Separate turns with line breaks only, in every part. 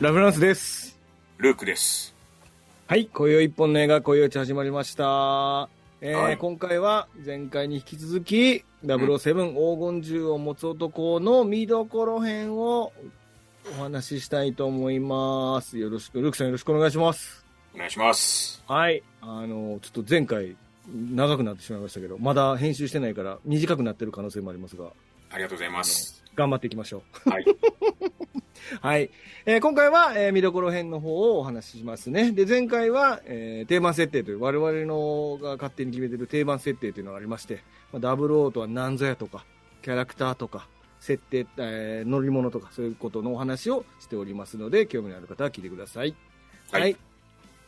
ラフランスです。
ルークです。
はい、今宵一本の映画、今宵一始まりました。えー
はい
今回は前回に引き続き、007黄金銃を持つ男の見どころ編をお話ししたいと思います。よろしく、ルークさんよろしくお願いします。
お願いします。
はい。あの、ちょっと前回、長くなってしまいましたけど、まだ編集してないから短くなってる可能性もありますが、
ありがとうございます。
頑張っていきましょう。
はい。
はい。えー今回は、えー見どころ編の方をお話ししますね。で、前回は、えー定番設定という、我々のが勝手に決めてる定番設定というのがありまして、まあ、00とは何ぞやとか、キャラクターとか、設定、えー乗り物とか、そういうことのお話をしておりますので、興味のある方は聞いてください。
はい。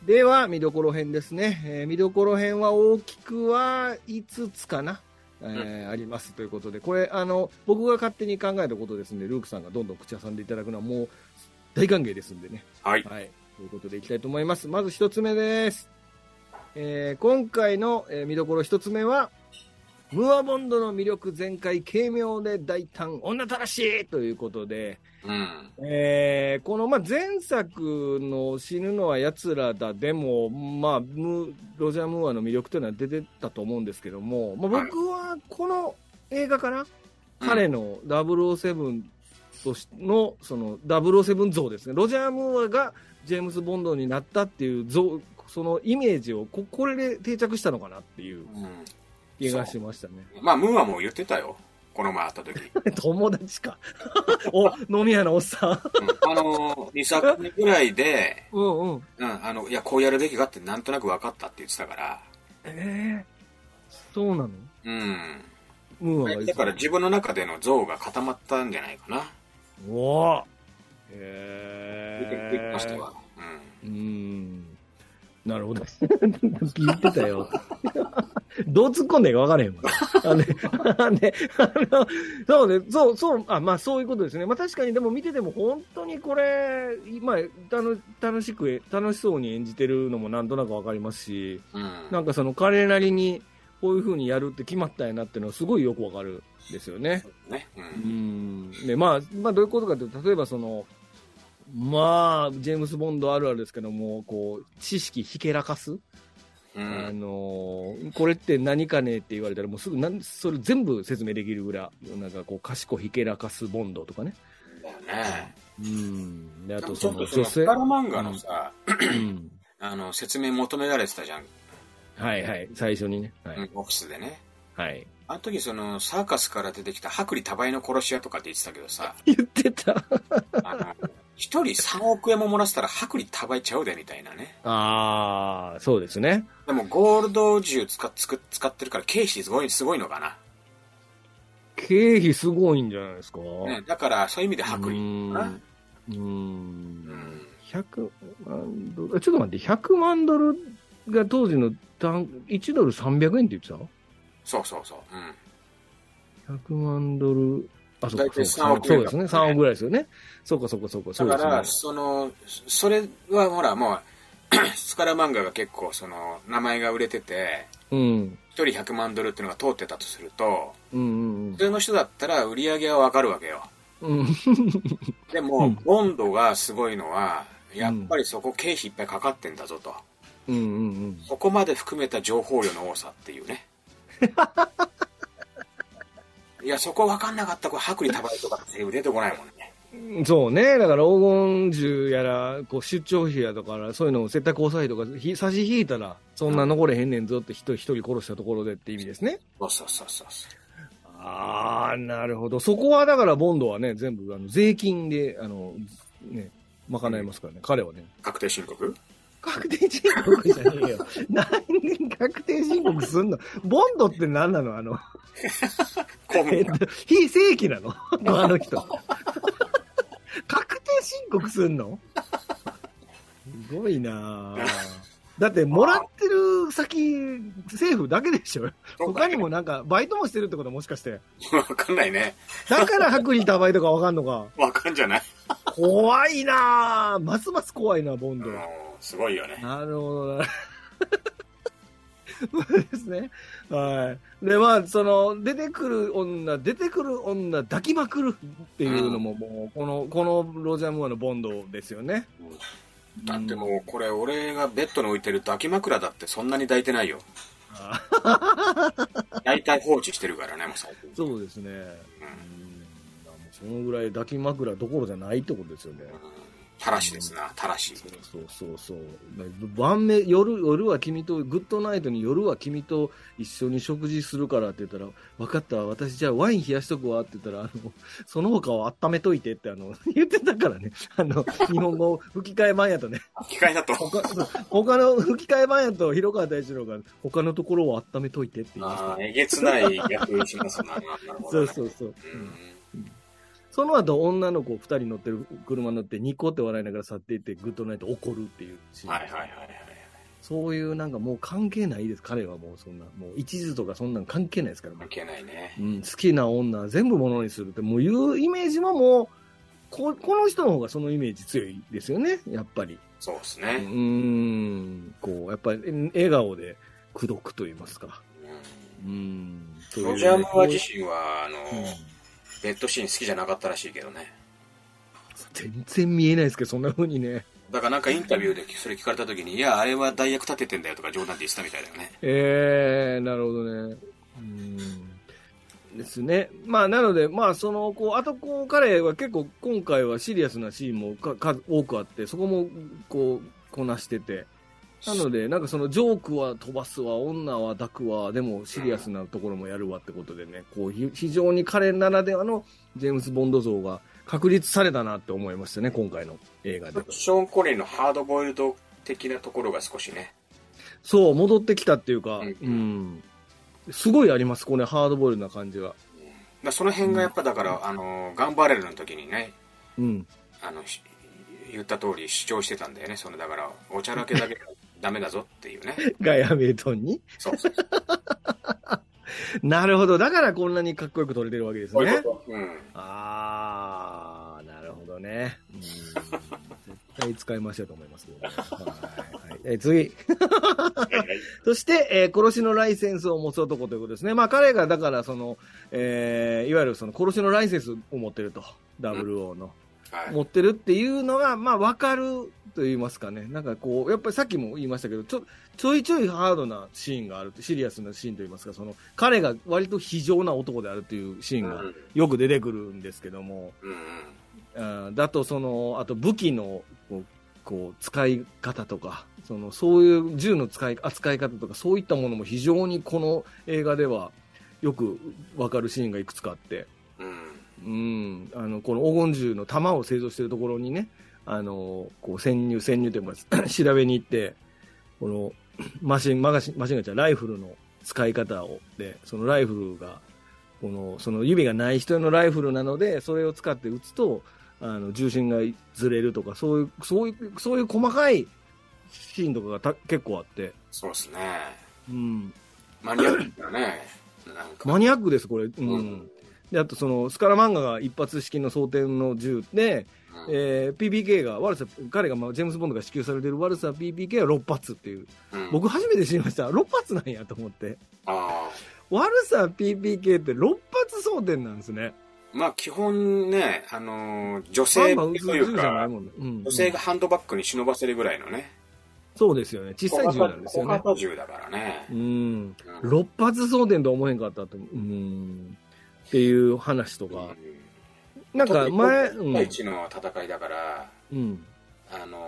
では、見どころ編ですね。えー見どころ編は大きくは5つかな、えーありますということで、これ、あの、僕が勝手に考えたことですんで、ルークさんがどんどん口挟んでいただくのはもう大歓迎ですんでね。
はい。
はい。ということでいきたいと思います。まず一つ目です。えー今回の、えー見どころ一つ目は、ムーアボンドの魅力全開軽妙で大胆女たらしいということで、
うん。
えーこの、まあ、前作の「死ぬのは奴らだ」でも、まあ、ムロジャー・ムーアの魅力というのは出てたと思うんですけども、まあ、僕はこの映画から彼の007としのその007像ですねロジャー・ムーアがジェームズ・ボンドになったっていう像そのイメージをここれで定着したのかなっていう
うん。
気がしましたね。
まあ、ムーアも言ってたよ。この前会った時。
友達かお飲み屋のおっさん
うん、あのー、2作目ぐらいで、
うんうん
うん、あの、いや、こうやるべきかってなんとなく分かったって言ってたから。
ええそうなの
うん。
ムーアが
だから自分の中での像が固まったんじゃないかな。
おおへ
出て
え
きましたわ。うん。
うーんなるほど 聞いてたよどう突っ込んでいいか分からへんわ、ねあねあのそうねそうそうあまあそういうことですねまあ確かにでも見てても本当にこれ今楽楽しく楽しそうに演じてるのもなんとなく分かりますし
うん。
なんかその彼なりにこういう風にやるって決まったんやなっていうのはすごいよく分かるんですよね
ね。う。
うんんでまあ、まあ、どういうことかというと、例えばその、まあ、ジェームス・ボンドあるあるですけども、こう、知識ひけらかす、
う
あ
ん。
のー、これって何かねって言われたら、もうすぐなん、それ全部説明できるぐらい、なんかこう、賢ひけらかすボンドとかね。
だよね。
うん。で、あ
ち
と
ょっと
そ
その
の、
ヒ
女
カ
性。
ル漫画のさ、
うん
あの、説明求められてたじゃん。
はいはい、最初にね。はい。
うんオフィスでね。
はい、
あの時そのサーカスから出てきた薄利多売の殺し屋とかって言ってたけどさ
言って た。
あの一人3億円も漏らしたら薄利多売ちゃうでみたいなね
ああ、そうですね。
でもゴールド銃使っ使っ使ってるから経費すごいすごいのかな、
経費すごいんじゃないですか。
ね、だからそういう意味で
う
薄利かな
ーん。うー
うんん
100万ドル、あちょっと待って、100万ドルが当時の単1ドル300円って言って
そうそうそううん
た ?100 万ドル、あ、そうか、
大体
そうか
3億
そう
円
で
だ
すね、3億ぐらいですよね。そうか、そうか、そうか、そう
だ
で
から
すね。
そのそれはほらもう スカラ漫画が結構その名前が売れてて
うん。
一人100万ドルっていうのが通ってたとすると
うんうん
普通の人だったら売り上げはわかるわけよ
うん。うん。
で
う
も、
ん
ボンドがすごいのは、やっぱりそこ経費いっぱいかかってんだぞと。
うんうんうん。
そこまで含めた情報量の多さってい うね。いや、そこ分かんなかった、これ、薄利多売とかって出てこないもんね。
そうね。だから黄金銃やら、こう出張費やとか、そういうのを接待交際費とかひ差し引いたら、そんな残れへんねんぞって人一人殺したところでって意味ですね。
そうそうそうそうそ
ああ、なるほど。そこはだから、ボンドはね、全部、あの、税金で、あの、ね、賄いますからね、彼はね。
う。確定申告
確定申告じゃねえよ。何で確定申告すんのボンドって何なのあの、
公
え
務
っ
員
と、非正規なのあの人。確定申告すんのすごいなあだって、もらってる先、政府だけでしょ 他にもなんか、バイトもしてるってこともしかして。
分かんないね。
だから薄利多売とかわかんのか。
分かんじゃない。
怖いなぁ。ますます怖いな、ボン
う
ド
ん
は。、
すごいよね。
なるほどな。そうですね。はい。で、まあ、その、出てくる女、出てくる女、抱きまくるっていうのも、もう、この、このロジャー・ムーアのボンドですよね。
だってもうこれ俺がベッドに置いてる抱き枕だってそんなに抱いてないよ
あ
大体放置してるからねもう最近
そうですね。うんそのぐらい抱き枕どころじゃないってことですよね。
たらしですなたらし
そうそうそう。晩目、夜、夜は君と、グッドナイトに夜は君と一緒に食事するからって言ったら、分かった、私じゃあワイン冷やしとくわって言ったら、あの、 その他を温めといてってあの、 言ってたからね。あの、日本語吹き替え版やとね。
機械だと
他そう他の吹き替え版やと広川大志郎が他のところを温めといてって言いました。
あーえげつない役します ななるほど、
そう
ね、
そうそう。
うん
その後、女の子二人乗ってる車乗って、ニコって笑いながら去っていって、グッドナイト怒るっていうシーン。
はいはいはいはい
そういうなんかもう関係ないです。彼はもうそんな、もう一途とかそんなん関係ないですから、も
関係ないね
ううん、好きな女は全部ものにするって、もういうイメージももう、ここの人の方がそのイメージ強いですよね、やっぱり。
そうです
う
ね、
ん、こう、やっぱりえ笑顔で口説くと言いますか。うん、そ
うん
ういうね
ロジャー・ムーア自身はあの、
うん
ベッドシーン好きじゃなかったらしいけどね
全然見えないですけど、そんな風にね。
だからなんかインタビューでそれ聞かれた時に「いやあれは代役立ててんだよ」とか冗談で言ってたみたいだよね
えー、なるほどね。うん。ですね。まあ、なので、まあ、その、こう、あと、こう、彼は結構、今回はシリアスなシーンもか、か、多くあって、そこも、こう、こなしてて。なので、なんかその、ジョークは飛ばすわ、女は抱くわ、でも、シリアスなところもやるわってことでね、こう、ひ非常に彼ならではの、ジェームズ・ボンド像が確立されたなって思いましたね、今回の映画で。
ショーン・コリンのハードボイルド的なところが少しね
そう、戻ってきたっていうか、
うん
うん。すごいあります、これ、ハードボイルドな感じが。
まあその辺がやっぱだから、あのガンバレルの時にね
うん。
あのし言った通り主張してたんだよねそのだからおちゃらけ だけはダメだぞっていうね
ガイア・ハミルトンに。
そうそうそう
なるほど。だからこんなにかっこよく撮れてるわけです
そうい
ね
う。こと、うん、
あー、なるほどね。うん絶対使いましたと思いますけどね、はいはいえ次。そして、えー殺しのライセンスを持つ男ということですね。まあ、彼が、だから、その、えーいわゆるその殺しのライセンスを持ってると。WO の。
はい
持ってるっていうのが、まあ、わかると言いますかね。なんかこう、やっぱりさっきも言いましたけど、ちょ、ちょいちょいハードなシーンがあるって、シリアスなシーンと言いますか、その、彼が割と非常な男であるっていうシーンが
うん
よく出てくるんですけども、
うんうん
あーだとその、あと武器の、こう、こう使い方とか、その、そういう銃の使い、扱い方とか、そういったものも非常にこの映画ではよくわかるシーンがいくつかあって、
うん
うん、あのこの黄金銃の弾を製造しているところにね、あのこう潜入、潜入というか 調べに行って、このマシン、マガシン、マシンガンじゃないライフルの使い方を、で、そのライフルが、この、その指がない人のライフルなので、それを使って撃つと、あの、重心がずれるとか、そういう、そういう、そういう細かいシーンとかがた結構あって、
そうですね
うん、
マニアックだねなんか
マニアックです、これ。うん。
うん
で、あとその、スカラ漫画が一発式の装填の銃で、
うん
えー PBK が、ワルサ、彼が、まあ、ジェームズ・ボンドが支給されてるワルサ PBK は6発っていう。
うん
僕初めて知りました。6発なんやと思って。
ああ
ワルサ PBK って6発装填なんですね。
まあ基本ね、あのー女
バ
性
ンバン打
と
つ
いう
銃じゃな
か
い、もんね。うん
女。性がハンドバッグに忍ばせるぐらいのね、
そうですよね。小さい銃なんですよ
小
ね。
型銃だからね
う。ん。
うん
6発装填とは思えんかったと思う。うん。っていう話とか。なんか前、
特
う
に
ん
第。一の戦いだから、
うん。
あのー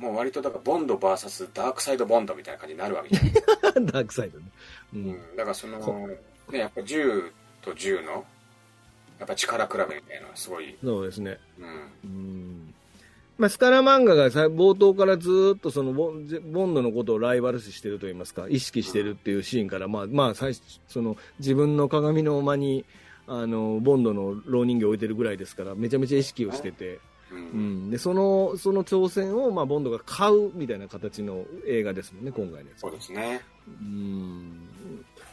もう割とだからボンド VS ダークサイドボンドみたいな感じになるわけ じゃない、
ダークサイドね。う。
うんん、だからその
そ
ねやっぱ銃と銃のやっぱ力比べみたいなのはすごい、
そうですね。
うん、
うんまあ、スカラ漫画がさ冒頭からずーっとそのボンジェボンドのことをライバル視してると言いますか意識してるっていうシーンから、まあまあ、最初その自分の鏡の間にあのボンドの蝋人形を置いてるぐらいですからめちゃめちゃ意識をしてて、
う
うんん、でそのその挑戦を、まあ、ボンドが買うみたいな形の映画ですもんね今回のやつ
そうですね
うん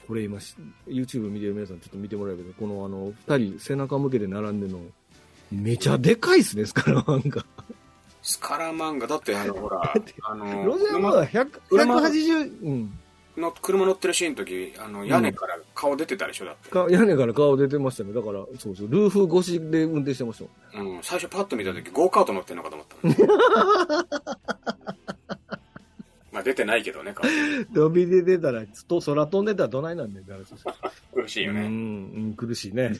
これ今し YouTube 見てる皆さんちょっと見てもらえばいいけどこのあの2人背中向けて並んでるのめちゃでかいっすねスカラ漫画。
スカラ漫画だってあのほらあの
ロジャー・ムー
車
ア100
車
180、うん。
の車乗ってるシーンの時あの屋根から顔出てたでしょだって、
か屋根から顔出てましたね。だから、そうそう、ルーフ越しで運転してましたもんね。
うん、最初パッと見た時ゴーカート乗ってんのかと思った もんまあ出てないけどね顔
飛び出てたら、と空飛んでたらどないなんねんって話ですよ
苦しいよ
うん、う
ね、
ん苦しいね。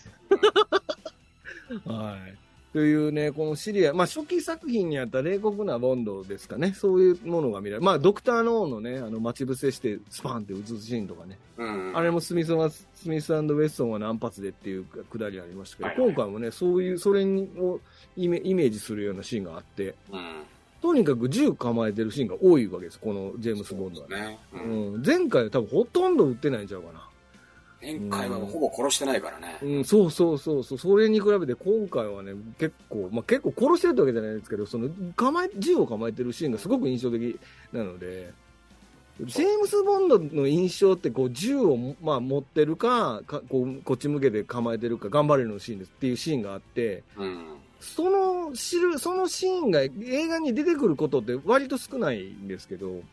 はい。というね、このシリア、まあ初期作品にあった冷酷なボンドですかね、そういうものが見られる。まあドクター・ノーのね、あの待ち伏せしてスパンって撃つシーンとかね、
うん
あれもスミスは、スミスウェストンは何発でっていうくだりありましたけど、
はいはい
今回もね、そういう、それをイメイメージするようなシーンがあって、
うん
とにかく銃構えてるシーンが多いわけです、このジェームス・ボンドはね。
ね、う、
うんん、前回は多分ほとんど撃ってないんちゃうかな。
前回はほぼ殺してないからね、
うん、そうそうそうそう、それに比べて今回はね、結構、まあ、結構殺してるってわけじゃないですけど、その構え銃を構えてるシーンがすごく印象的なので、ジェームス・ボンドの印象ってこう銃を、まあ、持ってるかかこう、こっち向けて構えてるか、頑張れるのシーンですっていうシーンがあって、
うん
その知るそのシーンが映画に出てくることって割と少ないんですけど、
うん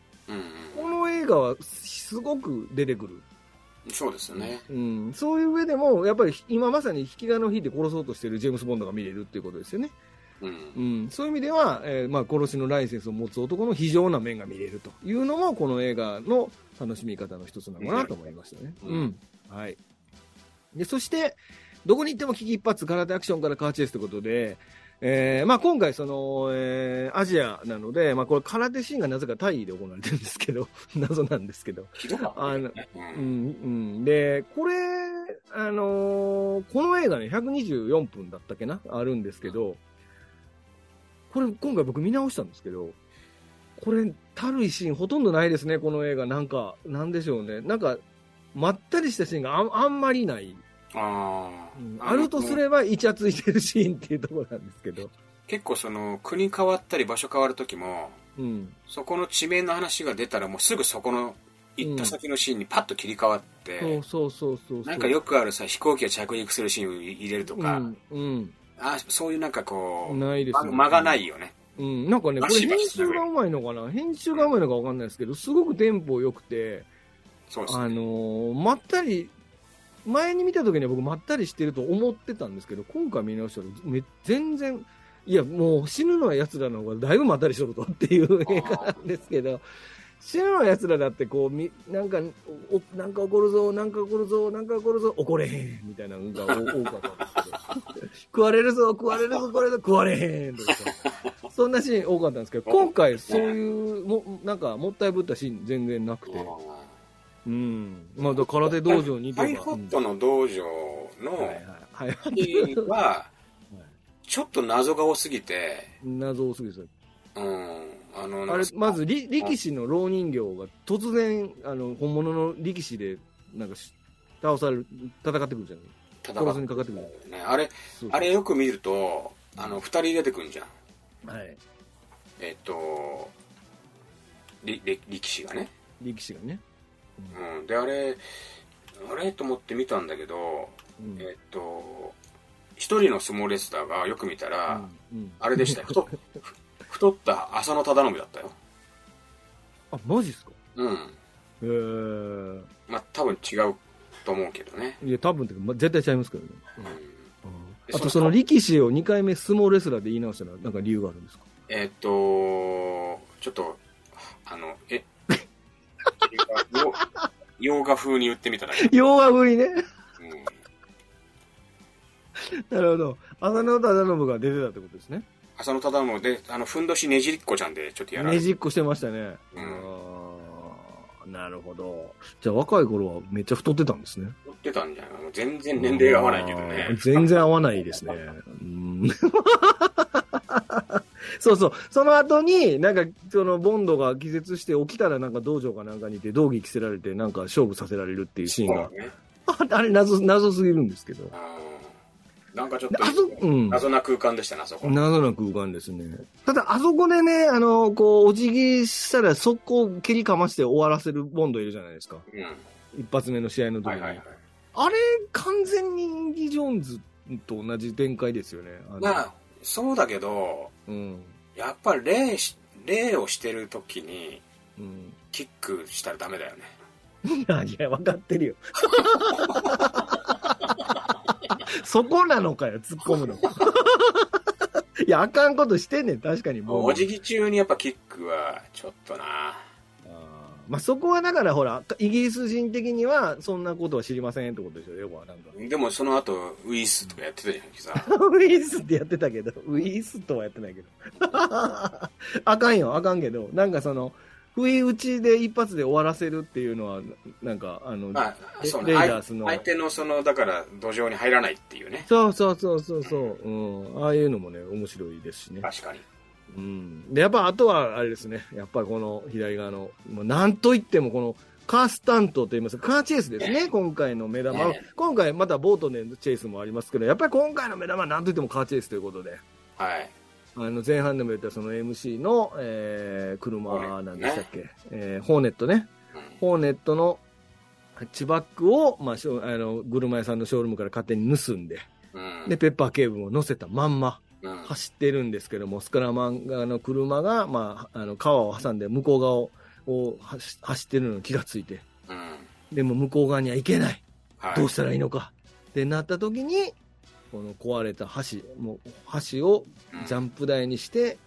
この映画はすごく出てくる
うん、そうですよね、
うん、そういう上でも、やっぱり今まさに引き金を引いて殺そうとしているジェームス・ボンドが見れるっていうことですよね。
うん
うん、そういう意味では、えーまあ、殺しのライセンスを持つ男の非常な面が見れるというのも、この映画の楽しみ方の一つなのかなと思いましたね。
う
うんん。はい。で、そして、どこに行っても危機一髪、空手アクションからカーチェイスということで、えーまあ、今回その、えーアジアなので、まあ、これ空手シーンがなぜかタイで行われてるんですけど、 謎なんですけど。
ひどかったよねう
うん
ん
うん、で、これ、あのーこの映画ね、124分だったっけなあるんですけど、これ、今回僕見直したんですけど、これ、たるいシーンほとんどないですね、この映画。なんか、なんでしょうね。なんか、まったりしたシーンがああんまりない。
あー
うん
あの
あるとすれば、イチャついてるシーンっていうところなんですけど。
結構その国変わったり場所変わる時も
うん。
そこの地名の話が出たらもうすぐそこの行った先のシーンにパッと切り替わって、
そうそうそうそうそう。
なんかよくあるさ飛行機が着陸するシーンを入れるとか、
うん、
あそういうなんかこ
う
う、
ん。ないですね
間間がないよね
うん、なんかね、こ
バ
れ
シバ
編
シ
集がうまいのかな編集がうまいのかわかんないですけど、すごくテンポ良くて、
そうです
あのーまったり、前に見た時には僕まったりしてると思ってたんですけど、今回見直したらめ全然、いや、もう死ぬのは奴らの方がだいぶまったりしとるとっていう映画なんですけど、死ぬのは奴らだってこう、みなんか、おなんか怒るぞ、なんか怒るぞ、なんか怒るぞ、怒れへん、みたいなのが多多かったんですけど、食われるぞ、食われるぞ、食われるぞ、食われへん、とか。そんなシーン多かったんです けど、今回そういう、も、なんか、もったいぶったシーン全然なくて。うん。まあ、だから空手道場に行
ハ
け
イ
ば。
ホットの道場
うんはい
の
はい。はい。
シーンはちょっと謎が多すぎて、
謎多すぎですよ。
うん、あの
あれ、まず、り力士の老人形が突然、あの、本物の力士で、なんかし、倒される、戦ってくるじゃない
戦
殺すに
う
かかってくる。
ねあれ
そうそう
あれよく見るとあの2人出てくるじゃん
はい。
えっとりり力士がね、
力士がね。
うん、であれあれと思って見たんだけど
うん。
えっと一人の相撲レスラーがよく見たら、
うんうん
あれでしたよ太太った浅野忠信だったよ
あ、マジっすか
うん
えー。
まあ多分違うと思うけどね、
いや、多分ってか、ま、絶対ちゃいますけどね。
うん
あと、その力士を2回目相撲レスラーで言い直したら、なんか理由があるんですか
えっとちょっとあの え洋洋画風に言ってみただけ、
洋和ぶりね。
うん
なるほど。浅野忠信が出てたってことですね。
浅野忠信であのふんどしねじりっこちゃんでちょっとやられ
ね
る、
じっこしてましたね。
うん
あーなるほど。じゃあ若い頃はめっちゃ太ってたんですね。
撮ってたんじゃないもう全然年齢が合わないけどね
あー全然合わないですね。うん、 そうそう。その後に、なんか、その、ボンドが気絶して起きたらなんか道場かなんかにいて、道着着せられて、なんか勝負させられるっていうシーンが
そ。うね
ああれ、謎、謎すぎるんですけど。
うんなんかちょっと
あそ、うん。
謎な空間でしたなそこ
謎な空間ですね。ただ、あそこでね、あの、こう、お辞儀したら、速攻蹴りかまして終わらせるボンドいるじゃないですか。
うん
一発目の試合の時に。
はいはいはい
あれ、完全にインディ・ジョーンズと同じ展開ですよね。あの
まあそうだけど
うん。
やっぱり礼し礼をしてる時に
うん。
キックしたらダメだよね
いやいや、分かってるよ。 そこなのかよ、突っ込むの。 いや、あかんことしてんねん、確かにもう。
お辞儀中にやっぱキックは、ちょっとな。
あーまあ、そこはだから、ほら、イギリス人的には、そんなことは知りませんってことでしょ、要はなんか。
でもその後、ウイスとかやってたじゃんけさ。
ウィスってやってたけど、ウィスとはやってないけど。 あかんよ、あかんけど、なんかその、不意打ちで一発で終わらせるっていうのは、なんか、あの、
まあ、
レ
そう
レ
ね。
イダー
相
スの
相手のその、だから、土壌に入らないっていうね。
そうそうそうそうそう、うん、ああいうのもね、面白いですしね。
確かに。
うん。で、やっぱあとはあれですね、やっぱりこの左側の、もうなんといってもこの、カースタントと言いますか、カーチェイスですね、今回の目玉は
ね。
今回またボートでのチェイスもありますけど、やっぱり今回の目玉はなんといってもカーチェイスということで。
はい。
あの前半でも言ったその MC の、えー、車なんでしたっけ、えーホーネットね、
うん
ホーネットのハッチバックを、まあ、しょあの車屋さんのショールームから勝手に盗んで
うん。
でペッパー警部も乗せたまんま
うん
走ってるんですけどもスカラマン側の車が、まあ、あの川を挟んで向こう側をを走走ってるのに気がついて
うん。
でも向こう側には行けない
はい。
どうしたらいいのかってなった時にこの壊れた橋もう橋をジャンプ台にして、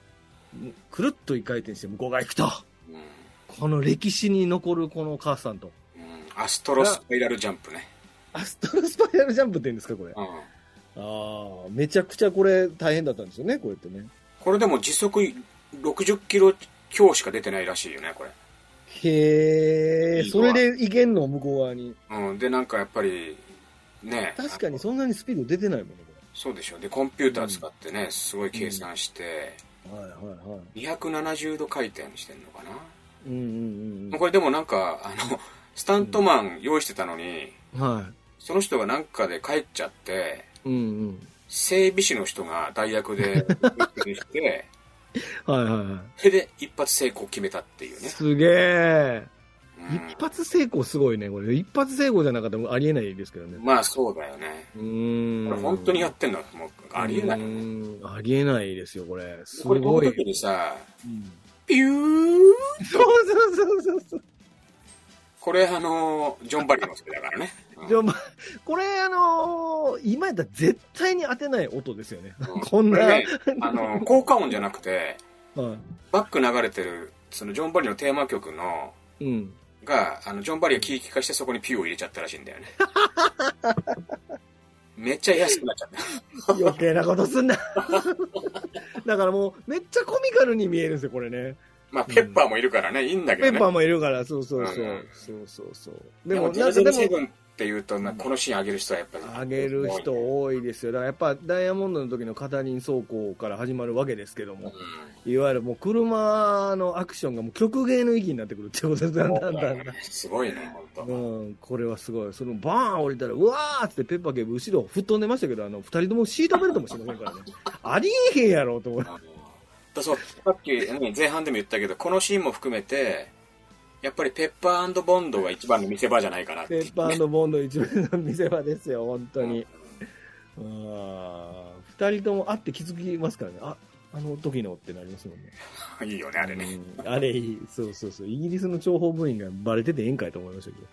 くるっと一回転して向こう側行くと。
うんうん
この歴史に残るこのお母さんと。
うんアストロスパイラルジャンプね。
アストロスパイラルジャンプって言うんですか、これ。あ
うん。
あ、めちゃくちゃこれ大変だったんですよね、こうやってね。
これでも時速60キロ強しか出てないらしいよね、これ。
へえ、
いい
そ
わ
れで行けんの、向こう側に。
うん。で、なんかやっぱり、ね。
確かに
そ
そんなにスピード出てないもんね、
うでしょ。で、コンピューター使ってね、すごい計算して、
これ。はいはいはい。
270度回転してんのかな。
うんうんうん
これでもなんか、あの、スタントマン用意してたのに、
うん。は
その人がなんかで帰っちゃって、
い。うんうん。
整備士の人が代役で運転して、
はいはいは
それで一発成功決めたっていう
い。
ね。
すげえ。
うん
一発成功すごいね、これ。一発成功じゃなかったらありえないですけどね。
まあそうだよね。
うーん
これ本当にやってんだもうありえないよ
う
ね。
ーんありえないですよ、これ。す
こ
ご
れこの
い。
時にさ、
うん
ピュー
そうそうそうそうそう。
これあの、ジョン・バリの人だからね。うん
じゃあまあこれ、あのー今やったら絶対に当てない音ですよね。
うん
こんな、
れねあの、効果音じゃなくて、
は
バック流れてる、そのジョン・バリのテーマ曲の、
い。うん。
が、あの、ジョン・バリが聞き化してそこにピューを入れちゃったらしいん だよね。めっちゃ安くなっち ゃった。
余計なことすんな。 だからもう、めっちゃコミカルに見えるんですよ、これね。
まあ、ペッパーもいるからね、いいんだけ
ペ
ど
ッ
ね。
パーもいるから、そうそうそう。
うん
そうそうそう。
で
で
も、
も、
0
な
0
んかで
セ
も、
ブンっていうと、まあこのシーン上げる人はやっぱり。
上げる人多いですよ。だからやっぱ、ダイヤモンドの時のカタリン走行から始まるわけですけども。いわゆるもう車のアクションがもう曲芸の 域になってくるってことです、だ
うんん。
だんだん。
すごいね、本当。
うん、これはすごい。そのバーン降りたら、うわーっつってペッパー警部後ろ吹っ飛んでましたけど、あの、二人ともシートベルトもしませんからね。ありえへんやろ、と思う。
あのだそうさっき、ね前半でも言ったけど、このシーンも含めて、やっぱりペッパーボンドが一番の見せ場じゃないかなって
ペ
いう
ッパーボンド一面の見せ場ですよ、本当に。あー二人とも会って気づきますからね。あ、あの時のってなりますもんね。
いいよね、あれね。
うんあれいい。そうそうそう。イギリスの諜報部員がバレててええんかいと思いましたけど。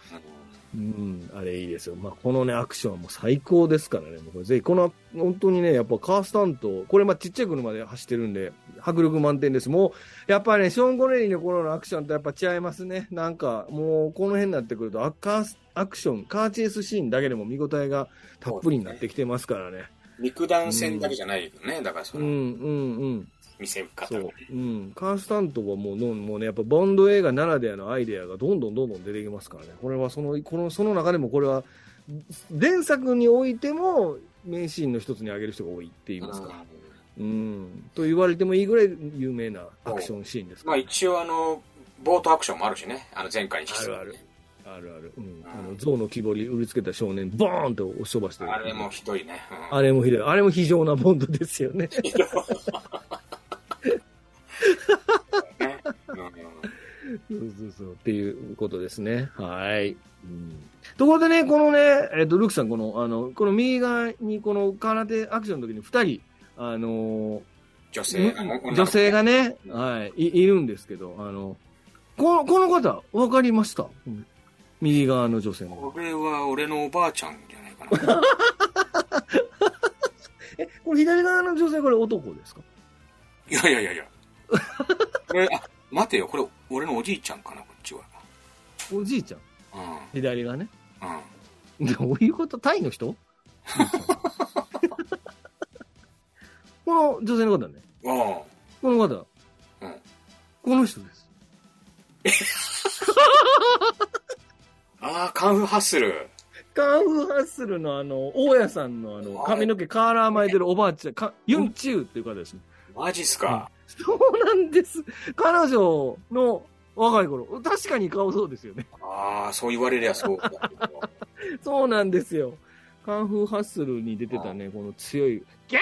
うん、あれいいですよ。まあ、このね、アクションはもう最高ですからね。もうこれぜひ、この、本当にね、やっぱカースタント、これまあちっちゃい車で走ってるんで、迫力満点です。もう、やっぱね、ショーン・コネリーの頃のアクションとやっぱ違いますね。なんか、もう、この辺になってくると、アカースアクション、カーチェイスシーンだけでも見応えがたっぷりになってきてますからね。
肉弾戦だけじゃないよね、だからそ
うん、う
の
ん、うん。
見せ方
そ
が
う
ね。。
うん。カースタントはもう、のもうね、やっぱボンド映画ならではのアイデアがどんどんどんどん出てきますからね。これはその、この、その中でもこれは、前作においても、名シーンの一つに挙げる人が多いって言いますか。うん。と言われてもいいぐらい有名なアクションシーンです
ま
か
あ
らね、
一応あの、ボートアクションもあるしね、あの前回に引き続き
あるあるある。うん。あの、象の木彫り売りつけた少年、ボーンと押し飛ばしてる。
あれもひどいね。うん
あれもひどい。あれも非常なボンドですよね。
ねうん
そうそうそう。っていうことですね。はい。うん、ところでね、このね、えっ、と、ルークさん、この、あの、この右側に、この空手アクションの時に二人、あの
女性、あの
ー、女性が。
の
ね、
うん
はい、い、いるんですけど、あの、この、この方、わかりました、うん右側の女性の。
これは俺のおばあちゃんじゃないかな。
え、これ左側の女性、これ男ですか
いやいやいやいや。これ、あ、待てよ、これ俺のおじいちゃんかな、こっちは。
おじいちゃん。
う
左側ね。
ん。うん。
どういうことタイの 人この女性の方ね。
あ
この方。
うん
この人です。
あ。ああ、カンフーハッスル。
カンフーハッスルのあの、大家さんのあの、髪の毛カーラー巻いてるおばあちゃん、かユンチュウっていう方ですね。
マジっすか。
そうなんです。彼女の若い頃、確かに顔そうですよね。
ああ、そう言われりゃそうだけど。
そうなんですよ。カンフーハッスルに出てたね、この強い、ギ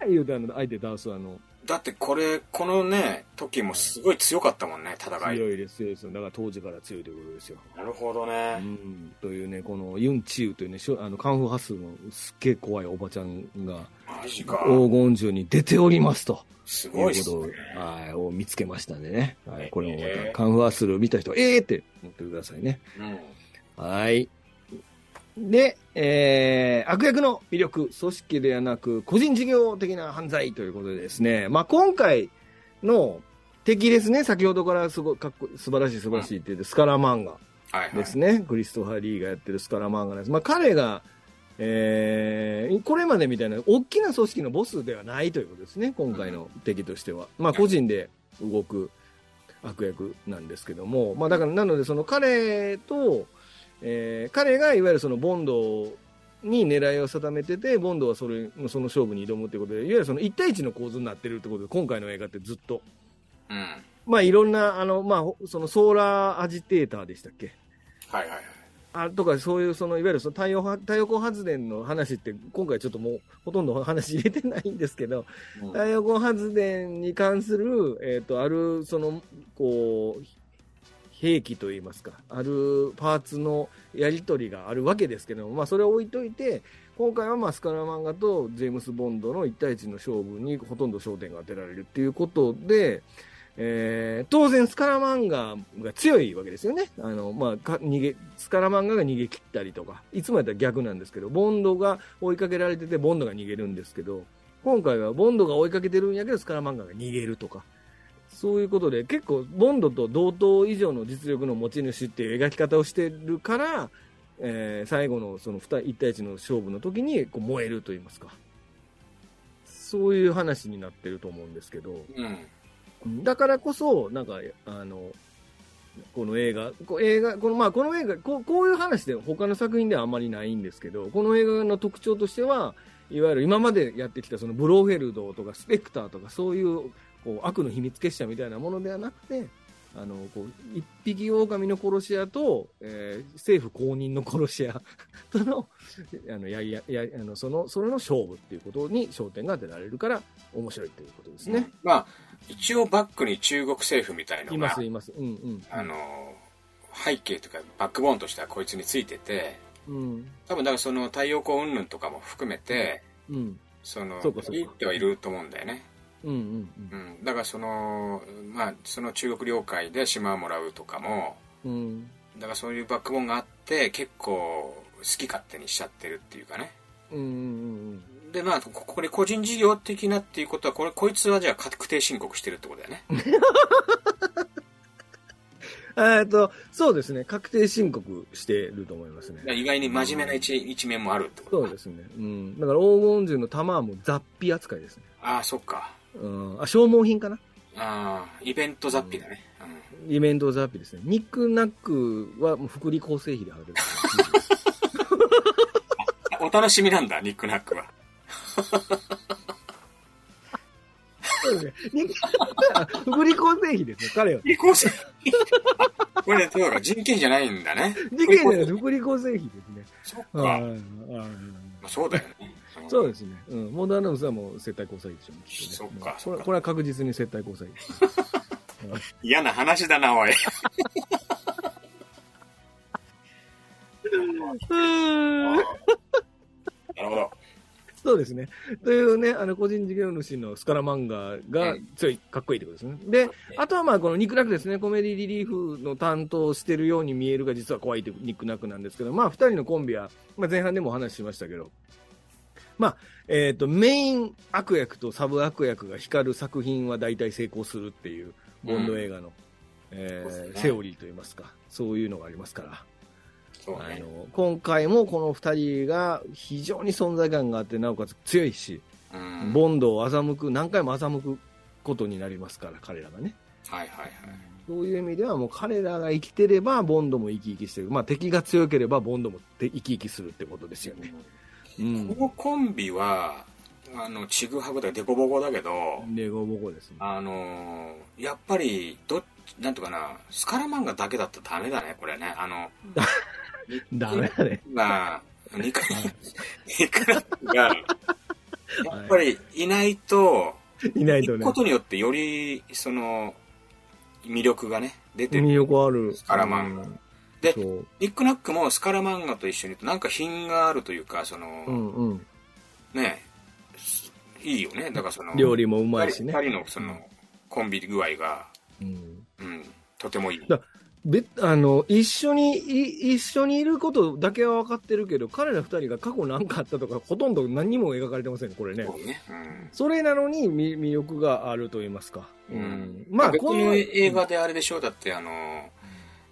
ャー言うてあの、相手倒すあの、
だってこれ、このね、時もすごい強かったもんね、戦い。
強いです、強いです。だから当時から強いということですよ。
なるほど
う
ね。
ん、というね、このユン・チウというね、しょあのカンフーハッスルのすっげえ怖いおばちゃんが
マジか。
黄金銃に出ておりますと
す
いう
ごいっ
こ
す
とを,、
ね。
はい、を見つけましたんでね、はい、これもま
え
た
え
カンフーハッスル見た人は、ええー、って思ってくださいね。
うん。
はい。で、えー悪役の魅力、組織ではなく、個人事業的な犯罪ということでですね、まあ、今回の敵ですね、先ほどからすごいかっこ素晴らしい素晴らしいって言って、スカラマンガ
はい、はい。
ですね、クリストファー・リーがやってるスカラマンガなんです。まあ、彼が、えーこれまでみたいな大きな組織のボスではないということですね、今回の敵としては。まあ、個人で動く悪役なんですけども、まあ、だから、なので、その彼と、えー彼がいわゆるそのボンドに狙いを定めてて、ボンドはそれその勝負に挑むということで、いわゆるその1対1の構図になってるってことで、今回の映画ってずっと。
うん。はい
まあ、いろんな、あの、まあ、ほそのソーラーアジテーターでしたっけ
はいはい。
あとかそういうそのいわゆるその太陽は太陽光発電の話って今回ちょっともうほとんど話入れてないんですけど
うん
太陽光発電に関する、えっとあるそのこう兵器といいますかあるパーツのやり取りがあるわけですけども、まあ、それを置いといて今回はまあスカラマンガとジェームス・ボンドの1対1の勝負にほとんど焦点が当てられるっていうことで、えー当然スカラマンガが強いわけですよねあの、まあ、か逃げスカラマンガが逃げ切ったりとかいつもやったら逆なんですけどボンドが追いかけられててボンドが逃げるんですけど今回はボンドが追いかけてるんやけどスカラマンガが逃げるとかそういうことで結構ボンドと同等以上の実力の持ち主っていう描き方をしてるから、えー最後のその二1対1の勝負の時にこう燃えると言いますかそういう話になってると思うんですけど。
うん。
だからこそ、なんか、あの、この映画、こ映画、この、まあ、この映画、こうこういう話で他の作品ではあまりないんですけど、この映画の特徴としては、いわゆる今までやってきたそのブローフェルドとかスペクターとかそういうこう悪の秘密結社みたいなものではなくて、あの、こう、一匹狼の殺し屋と、えー政府公認の殺し屋 との、あの、やりや、や、あの、その、それの勝負っていうことに焦点が当てられるから面白いということですね。
まあ、一応バックに中国政府みたいの
いま
が
す、、います。うん、うん。
あの、背景というか、バックボーンとしてはこいつについてて、
うん。
多分だからその太陽光云々とかも含めて、
うん。
その、
そうかそうか
言ってはいると思うんだよね。
うん。うん。
うん。だからその、まあ、その中国領海で島をもらうとかも、
うん。
だからそういうバックボーンがあって、結構好き勝手にしちゃってるっていうかね。
うん。うん。
で、まあ、ここれ個人事業的なっていうことは、これ、こいつはじゃあ確定申告してるってことだよね。
えっと、そうですね。確定申告してると思います
だから
ね。
意外に真面目な一,、一面もあるってこと
そうですね。うん。だから黄金銃の弾はもう雑費扱いですね。
ああ、そっか。
うん。あ、消耗品かな
ああ、イベント雑費だね。うん
イベント雑費ですね。ニックナックはもう福利厚生費で払ってる。
お楽しみなんだ、ニックナックは。
そうですね。ニックナックは 福利厚生費ですね。彼は。
リコー スこれね、そうか、人件じゃないんだね。
事件では福利厚生費ですね。
そっか。
はい
ま。
はい
あそうだよね。ん
そうですね。うん。モダンラムスはもう接待交際費でしょうねき
そっ
とね。
か
うんこれこれは確実に接待交際費。
嫌な話だな、おい。
うーん
なるほど。
そうですね。というね、あの、個人事業主のスカラ漫画が強い、かっこいいってことですね。で、あとはまあ、このニックナックですね、コメディリリーフの担当をしてるように見えるが、実は怖いってニックナックなんですけど、まあ、二人のコンビは、まあ、前半でもお話ししましたけど、まあ、えっ、と、メイン悪役とサブ悪役が光る作品は大体成功するっていう、ボンド映画の、え
そうです
ー
ね
セオリーといいますか、そういうのがありますから。
そう
あ
ね。
の今回もこの2人が非常に存在感があってなおかつ強いし、
うん。
ボンドを欺く何回も欺くことになりますから彼らがね
はいはいはい。
そういう意味ではもう彼らが生きてればボンドも生き生きしてる、まあ、敵が強ければボンドもて生き生きするってことですよね。うん
このコンビは、あの、ちぐはぐだ、でこぼこだけど、
でごぼこですね。
あのーやっぱり、どっち、なんとかな、スカラ漫画だけだったらダメだね、これね。あの、
ダメだね。
まあ、ニクラ、ニクラが、やっぱりいないと、
いない
い
と
る
ね
こ。とによってより、その、魅力がね、出てる。
見横ある。
スカラマンガで
そう。
ニックナックもスカラ漫画と一緒に言うと、なんか品があるというか、その、
うんうん。
ね、すいいよね。だからその、
料理もうま
二
いし
人
ね
二。人のその、コンビ具合が、
うん
うん、とてもいい。
だべあの一緒にい一緒にいることだけは分かってるけど彼ら二人が過去何かあったとかほとんど何にも描かれてませんねこれね
そうね。うん。
それなのに魅魅力があると言いますか、うんまあ
別
こ
の
の
映画であれでしょう、だってあの、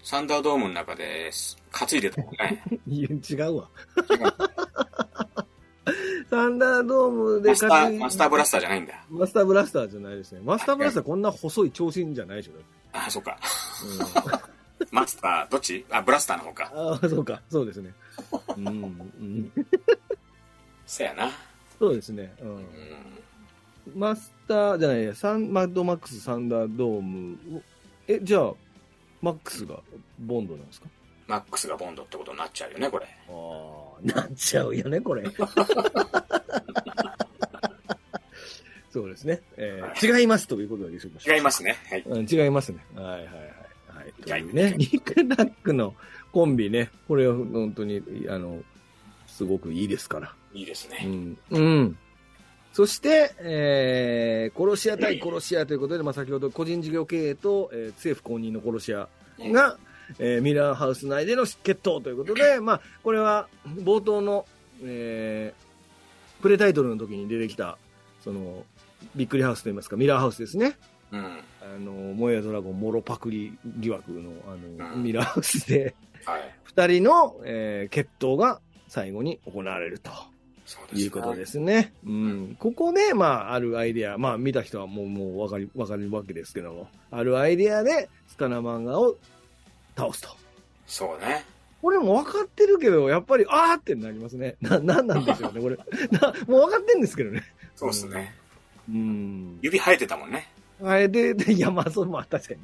サンダードームの中で担いでたもんね。
いや違うわサンダードーム で
マスタ
勝
ー、
ち
マスターブラスターじゃないんだ。
マスターブラスターじゃないですねマスターブラスターこんな細い長身じゃない でしょ、
あ、そっか。
うん、
マスター、どっちあ、ブラスターの方か。
ああそうかそうですねうん、うん、
そやな。
そうですねう
うんん。
マスターじゃないや、サンマッドマックスサンダードームを、え、じゃあ、マックスがボンドなんですか
マックスがボンドってことになっちゃうよね、これ。
ああ、なっちゃうよね、これ。 そうですね、えー違いますということでしょうか。
違いますね。はい。
うん、違いますね。はいはいはい。はい、というね
違い、
ニクラックのコンビね、これは本当に、あの、すごくいいですから。
いいです
う
ね。
ん。うん。そして、えー殺し屋対殺し屋ということで、まあ、先ほど個人事業経営と、えー政府公認の殺し屋が、えーミラーハウス内での決闘ということで、まあ、これは冒頭の、えープレタイトルの時に出てきた、その、ビックリハウスといいますか、ミラーハウスですね。
うん。
あの、燃えよドラゴン、もろパクリ疑惑の、あの、
うん
ミラーハウスで、
はい。
二人の、えー決闘が最後に行われると。
そうですね
いうことですね。うん。ここで、まあ、あるアイディア、まあ、見た人はもう、もう、わかり、わかるわけですけども、あるアイディアで、スカナ漫画を倒すと。
そうね。
これも分かってるけど、やっぱり、あーってなりますね。な、なんなんでしょうね、これ。な、もう分かってんですけどね。
そうですね。
うん。
指生えてたもんね。
あえて、でいや、まあ、そう、まあ、確か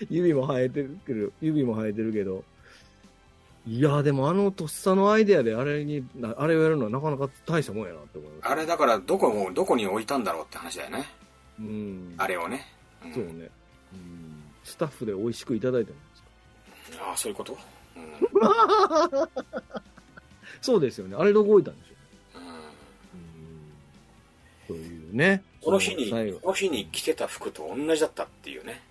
に。 指も生えてるけど、指も生えてるけど、いや、でもあのとっさのアイデアであれに、なあれをやるのはなかなか大したもんやなって思います。
あれだから、どこを、どこに置いたんだろうって話だよね。
うん。
あれをね。ん
そうね、スタッフで美味しくいただいてるんですか
ああ、そういうことうん。うん。
そうですよねあれどこ置いたんでしょうというね
この日に、
最後
この日に着てた服と同じだったっていうね。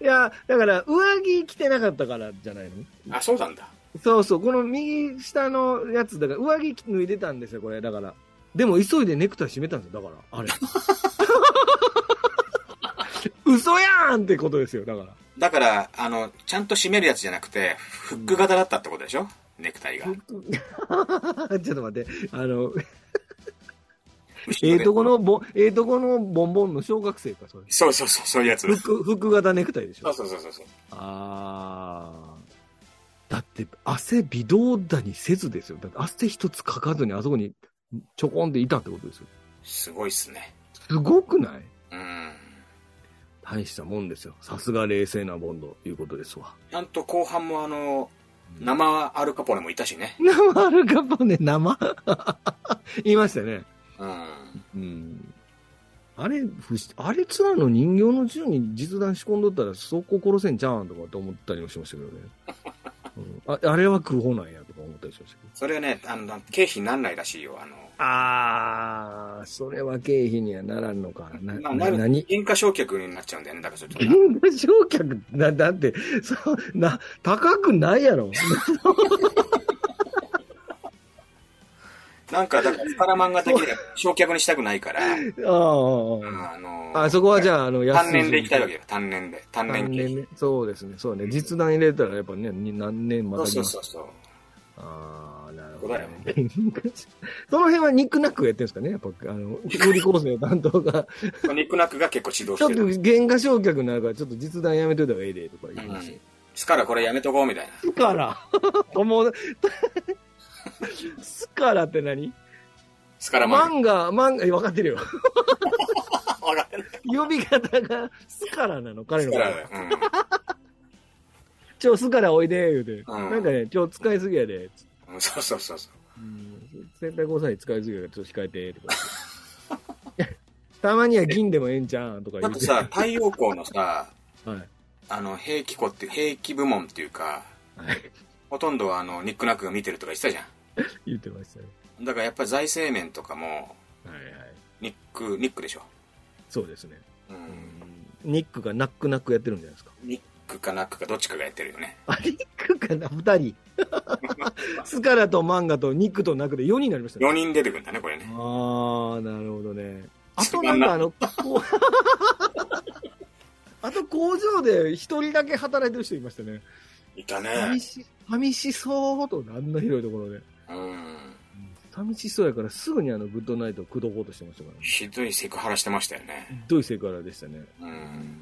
いやだから上着着てなかったからじゃないの
あ、そうなんだ。
そうそうこの右下のやつだから上着脱いでたんですよこれだからでも急いでネクタイ締めたんですよだからあれ嘘やんってことですよだから
だから、あの、ちゃんと締めるやつじゃなくて、フック型だったってことでしょネクタイが。
ちょっと待ってあの
後
え
ろ
え
で
とこのボン、ええとこのボンボンの小学生か、それ。
そうそうそう、そういうやつ。
服、服型ネクタイでし
そ
ょ。
うそうそうそうそう。
あー。だって、汗微動だにせずですよ。だって汗一つかかずにあそこにちょこんでいたってことですよ。
すごいっすね。
すごくない
うん。
大したもんですよ。さすが冷静なボンド、いうことですわ。
ちゃんと後半もあの、生アルカポネもいたしね。
生アルカポネ、生 言いましたよね。
う
う
ん。
ん。あれ、不思あれツアーの人形の銃に実弾仕込んどったら速攻殺せんじゃうんとかって思ったりもしましたけどね。うんああれは空砲なんやとか思ったりしました
それはね、あの、なん経費になんないらしいよ。あの、
ああ、それは経費にはならんのか。な、
まあ、な
な
る、
何
減価償却になっちゃうんだよね。だからちょっとな。
銀河焼却な、だって、そう、な、高くないや ろ。
なんか、だから、スパラ漫画的には焼却にしたくないから、
あ
あの、
あ、あそこはじゃあ、あの、
単年で行きたいわ
け。
けよ。単年で。単年
単
経
年
費。
ね。そうですね、そうね。実弾入れたら、やっぱね、に何年ま
そ
た
う
ぎ
そう
ます
そうそう。
ああ、なる
こ
ほ
こ
ど、
だよ
ね。 その辺は肉なくやってるんですかね、やっぱ、あの、福利厚生の担当が。
ニックナックが結構指導
ちょ
し
ってと
る。
原価償却になるから、ちょっと実弾やめといた方がええで、とか言いうまし
ん。スカラこれやめとこうみたいな。
スカラ 友達スカラって何
スカラ漫
漫画、漫画、え分かってるよ。
画。わかってる
呼び方がスカラなの、彼
ス
の
カ
場合
ラ
は。
だよ。うん。
ちょ、スカラおいで、言うて。
うん
なんかね、ちょ、使いすぎやで。つって
うんそうそうそうそう。
うん、洗濯さに使いすぎやから、ちょっと控えて、と か言ってたまには銀でもええんちゃうんとか
だ
言
っ
う
て
て。
さ、太陽光のさ、
はい。
あの、兵器庫って、兵器部門っていうか、
はい。
ほとんどはあの、ニックナックが見てるとか言ってたじゃ
言ってましたね。
ん。だからやっぱり財政面とかも、
はいはい。
ニック、ニックでしょ。
そうですね。
う
うん
ん。
ニックがナックナックやってるんじゃないですか。
ニックかナックかどっちかがやってるよね。
あ、ニックかな、二人。スカラとマンガとニックとナックで4人になりましたね。
4人出てくるんだね、これね。
ああ、なるほどね。あとなんかあの、こう あと工場で一人だけ働いてる人いましたね。
いたね。
寂し、寂しそうと、あんな広いところで。
うん。
寂しそうやからすぐにあの、グッドナイトを口説こうとしてましたから、ね。
ひどいセクハラしてましたよね。
ひどいセクハラでしたね。
うん。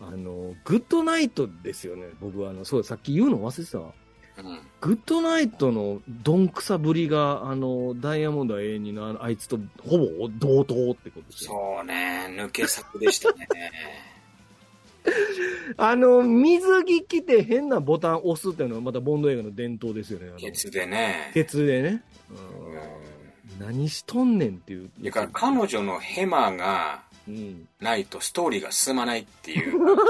あの、グッドナイトですよね。僕はあの、そう、さっき言うの忘れてたわ。
うん。
グッドナイトのどんくさぶりが、あの、ダイヤモンドは永遠にのあのあいつとほぼ同等ってことですよね
そうね、抜け策でした ね。
あの、水着着て変なボタン押すっていうのはまたボンド映画の伝統ですよね。あの
ケツでね。
鉄でね。
うん
何しとんねんっていう。
だから彼女のヘマが
うん。
ないとストーリーが進まないって いう。なんか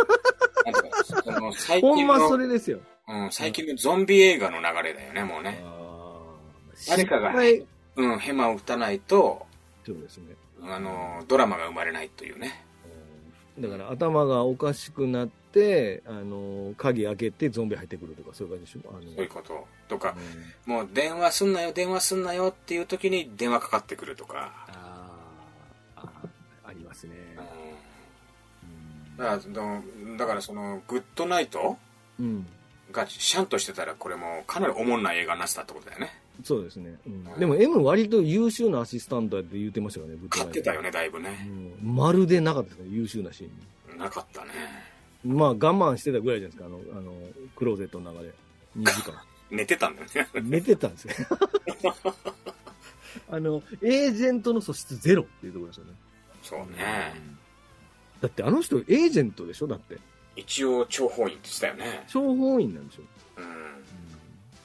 その最
ほん
近
ま
の、
それですよ。
うん、最近のゾンビ映画の流れだよね、もうね。誰かが
失敗って
うん、ヘマを打たないと、
ことですね。
あの、ドラマが生まれないというね。
うんだから頭がおかしくなって、あの、鍵開けてゾンビ入ってくるとか、そういう感じでしょ。あの
そういうこと。とか、もう電話すんなよ、電話すんなよっていう時に電話かかってくるとか。
あーあー、ありますね。
うんだから、だからその、グッドナイト
うん。
がシャンとしてたら、これもかなりおもんない映画になってたってことだよね。
そうですね。うん、でも M 割と優秀なアシスタントやって言ってましたからね、舞台
買ってたよね、だいぶね。
うんまるでなかったですね、優秀なシー
なかったね。
ン。まあ我慢してたぐらいじゃないですか、あの、あの、クローゼットの中で。2時 間。
寝てたんだよね。
寝てたんですよ。あの、エージェントの素質ゼロっていうところですよね。
そうね。
だってあの人エージェントでしょだって。
一応、諜報員って言ってたよね。
諜報員なんでしょ
うん。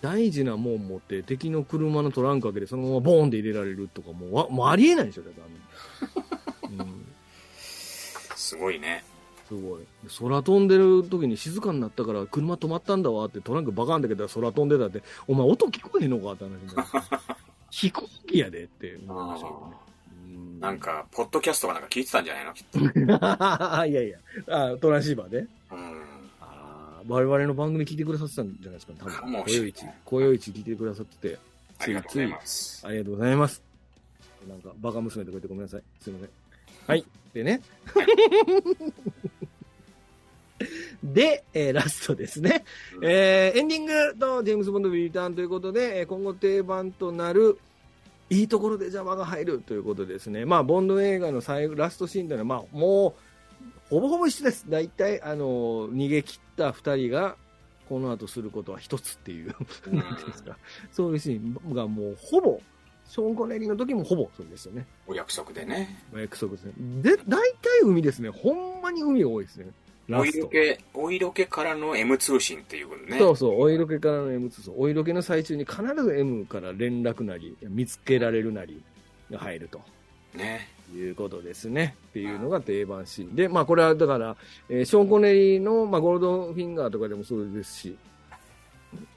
大事なもん持って敵の車のトランク開けてそのままボーンで入れられるとかもうわもうありえないでしょだってあ の、うん、
すごいね。
すごい空飛んでる時に静かになったから車止まったんだわってトランクバカンだけど空飛んでたってお前音聞こえへんのかって話になる 飛行機やでって思いましたけどねうん
なんか、ポッドキャストかなんか聞いてたんじゃないのきっと。
いやいやあトランシーバーで
うん。
あー我々の番組聞いてくださってたんじゃないですか、多
か
分。
も
こ
し
よ
れ
いち
ない、
こよいち聞いてくださってて、
ありがとうございます。
ありがとうございます。なんか、バカ娘とか言ってごめんなさい。すいません。はい。でね。 で、えーラストですね。えーエンディングとジェームズ・ボンド・リターンということで、えー今後定番となる、いいところで邪魔が入るということですね。まあ、ボンド映画の最後ラストシーンというのは、まあ、もう、ほぼほぼ一緒です。大体、あの、逃げ切った2人が、この後することは一つっていう、
うん
なんていうんですか。 そういうシーンがもう、ほぼ、ショーン・コネリーの時もほぼそうですよね。
お約束でね。
まあ約束ですね。で、大体海ですね。ほんまに海が多いですね。
お
ラス
色
ト。
気、お色気からの M 通信っていうことね。
そうそう、お色気からの M 通そうお色気の最中に必ず M から連絡なり、見つけられるなりが入ると
ね。
いうことですね。っていうのが定番シーンで、まあこれはだから、えーショーン・コネリーの、まあ、ゴールドフィンガーとかでもそうですし、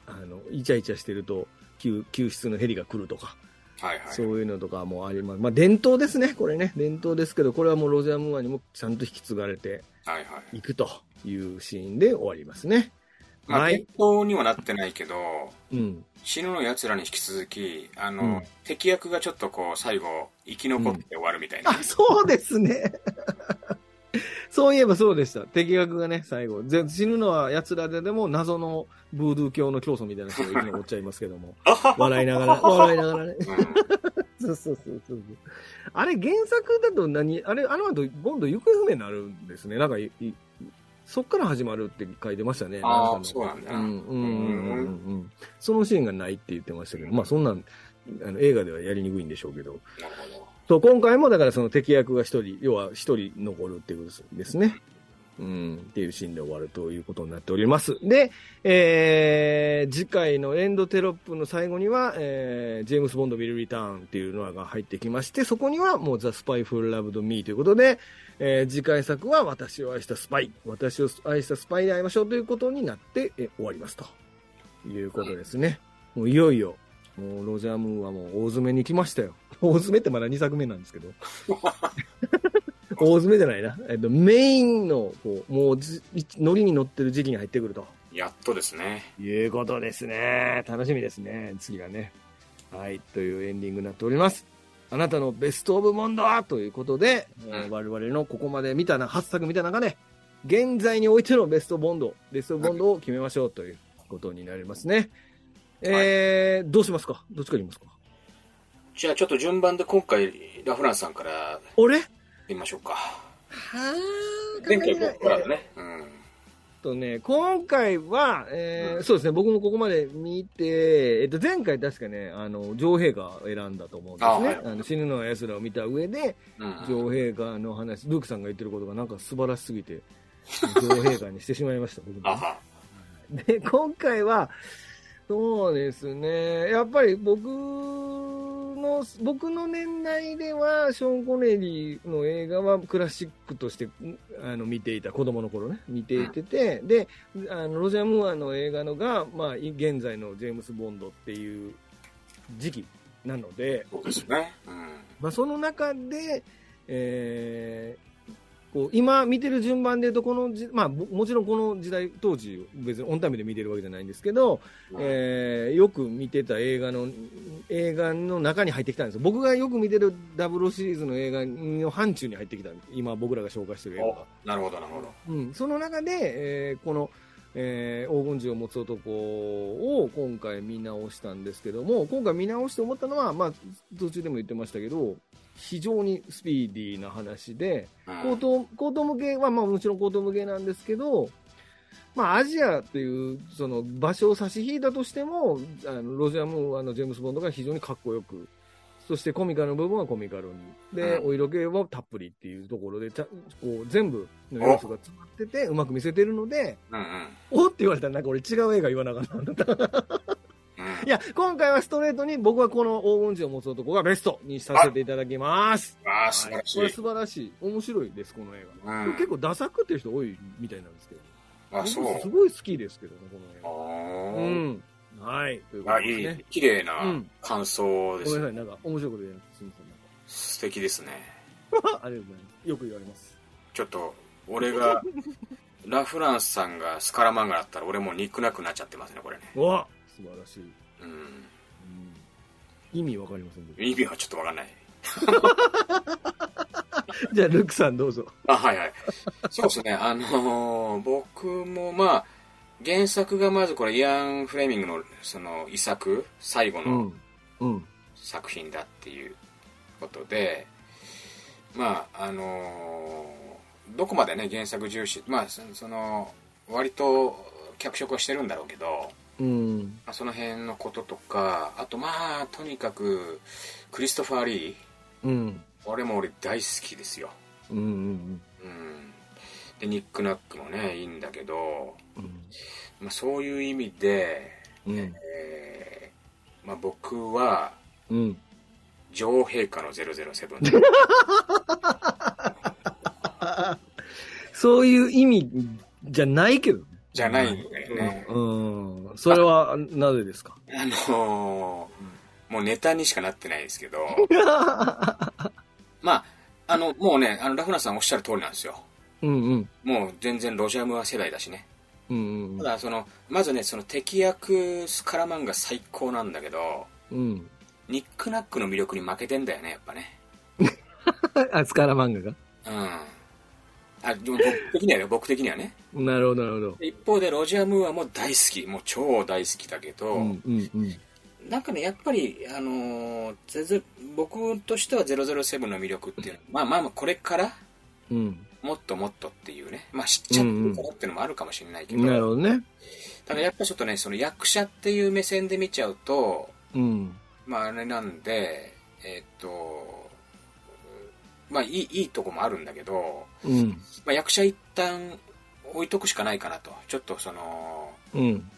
あのイチャイチャしてると救救出のヘリが来るとか、
はいはい。
そういうのとかもあります、まあ、伝統ですね、これね、伝統ですけど、これはもうロジャー・ムーアにもちゃんと引き継がれて
はいはい。
いくというシーンで終わりますね。
まあ、
はい
伝統にはなってないけど、
うん、
死ぬの奴らに引き続き、あの、
うん
敵役がちょっとこう、最後、生き残って終わるみたいな。
あそうですね。 そういえばそうでした。敵役がね、最後。ぜ死ぬのは奴らででも謎のブードゥー教の教祖みたいな人がいるのおっちゃいますけど も。笑いながら、笑いながらね。
うん
そうそうそうそう。あれ、原作だと何、あれ、あの後、今度行方不明になるんですね。なんかい、いそっから始まるって書いてましたね。
あー
かの
そうなんだ
うん、うん、うんうん、うん。そのシーンがないって言ってましたけど、まあ、そんなん、あの映画ではやりにくいんでしょうけど。
なるほど。
そう、今回もだからその敵役が一人、要は一人残るっていうことですね。うん、っていうシーンで終わるということになっております。で、えー、次回のエンドテロップの最後には、えー、ジェームス・ボンド・ビル・リターンっていうのが入ってきまして、そこにはもう、ザ・スパイ・フル・ラブド・ミーということで、えー、次回作は、私を愛したスパイ、私を愛したスパイで会いましょうということになって、えー終わりますということですね。もういよいよ、もうロジャームーはもう大詰めに来ましたよ。 大詰めってまだ2作目なんですけど。 大詰めじゃないな。えっと、メインの、こう、もうじ、い乗りに乗ってる時期に入ってくると。
やっとですね。
いうことですね。楽しみですね。次がね。はい。というエンディングになっております。あなたのベストオブモンドはということで、えー我々のここまで見たな、8作見た中で、現在においてのベストボンド、ベストボンドを決めましょうということになりますね。えー、どうしますかどっちから言いますか
じゃあちょっと順番で今回、ラフランスさんから
俺は
言いましょうか。
ぁ
前回僕からだね。うん。
とね、今回は、えー
うん
そうですね、僕もここまで見て、えっと、前回確かね、あの、女王陛下選んだと思うんですね。
あ
あの死ぬのは奴らを見た上で、
うん
女王陛下の話、ルークさんが言ってることがなんか素晴らしすぎて、女王陛下にしてしまいました、僕
あ
も。
は。
で、今回は、そうですね、やっぱり僕の、僕の年代では、ショーン・コネリーの映画はクラシックとしてんあの見ていた、子供の頃ね、見ていてて、で、あのロジャー・ムーアの映画のが、まあ、い現在のジェームス・ボンドっていう時期なので、
そうですね。うん。
まあ、その中で、えーこう今見てる順番で言うとこのじ、まあ、ももちろんこの時代当時別にオンタイムで見てるわけじゃないんですけど、えーよく見てた映画の映画の中に入ってきたんですよ僕がよく見てるダブルシリーズの映画の範疇に入ってきた今僕らが紹介してる映画が
おなるほど、なるほど。
うん、その中で、えーこの、えー黄金銃を持つ男を今回見直したんですけども今回見直して思ったのは、まあ、途中でも言ってましたけど非常にスピーディーな話で
うん
高等高等向けは、まあ、もちろん高等向けなんですけど、まあ、アジアっていうその場所を差し引いたとしてもあのロジャー・ムーアのジェームス・ボンドが非常にかっこよくそしてコミカルの部分はコミカルにで、
うん
お色気はたっぷりっていうところでちゃこう全部の要素が詰まっててうまく見せてるので
うんうん。
おって言われたらなんか俺違う映画言わなかったんだった
うん
いや今回はストレートに僕はこの黄金銃を持つ男がベストにさせていただきます
ああ、素晴らし
はいこれ
い。
素晴らしい面白いですこの映画
う
これ結
ん。
構ダサくっていう人多いみたいなんですけど、
あ、そう
僕す。ごい好きですけどね、
あ
この映画。うん。はい。という
あ。
こ
あ、
と
い
で、ね
い。。綺麗
う
なん感想で
ごめ
す
んなさい、
ね。
なんか面白いこと言えなくてすみませんな
素敵ですね。
んか。ありがとうございます。よく言われます。
ちょっと、俺 が、ラフランスさんがスカラマンガだったら俺もう憎なくなっちゃってますね、これね。
うわ素晴らしい。うん
うん。
意味わかりませんけど。
意味はちょっとわかんない。
じゃあ、ルックさんどうぞ。
あ、はいはい。そうですね。あのー僕もまあ、原作がまずこれ、イアン・フレミングのその遺作、最後
う
の
ん。うん。
作品だっていうことで、まあ、あのーどこまでね、原作重視、まあ、そその、割と脚色はしてるんだろうけど、
うん。
まあ、その辺のこととか、あとまあ、とにかく、クリストファー・リー、
うん。
俺も俺大好きですよ。
うん。うん。
うん。で、ニック・ナックもね、いいんだけど、
うん。
まあ、そういう意味で、
うん。
えーまあ、僕は
うん。
女王陛下の007
そういう意味じゃないけどね。
じゃないんだよね、
うん。それはなぜですか
あのーもうネタにしかなってないです けど、まあ、あの、もうね、あの、ラフナさんおっしゃる通りなんですよ。
うんうん。
もう全然ロジャムは世代だしね。
うん
ただ、その、まずね、その敵役スカラマンが最高なんだけど、
うん。うん。
ニックナックの魅力に負けてんだよね、やっぱね。
あ、スカラ漫画が
うん。あ、でも僕的にはね、僕的にはね。
なるほど、なるほど。
一方で、ロジャムーアも大好き。もう超大好きだけど、
うんうんうん。
なんかね、やっぱり、あのーゼゼ僕としては007の魅力っていうのは、まあまあまあ、これから、
うん。
もっともっとっていうね、まあ知っちゃってるからっていうのもあるかもしれないけど、
なるほどね。
ただやっぱちょっとね、その役者っていう目線で見ちゃうと、
うん。
まああれなんで、えっと、まあいいいいとこもあるんだけど、
うん。
まあ、役者一旦置いとくしかないかなと、ちょっとその、
うん。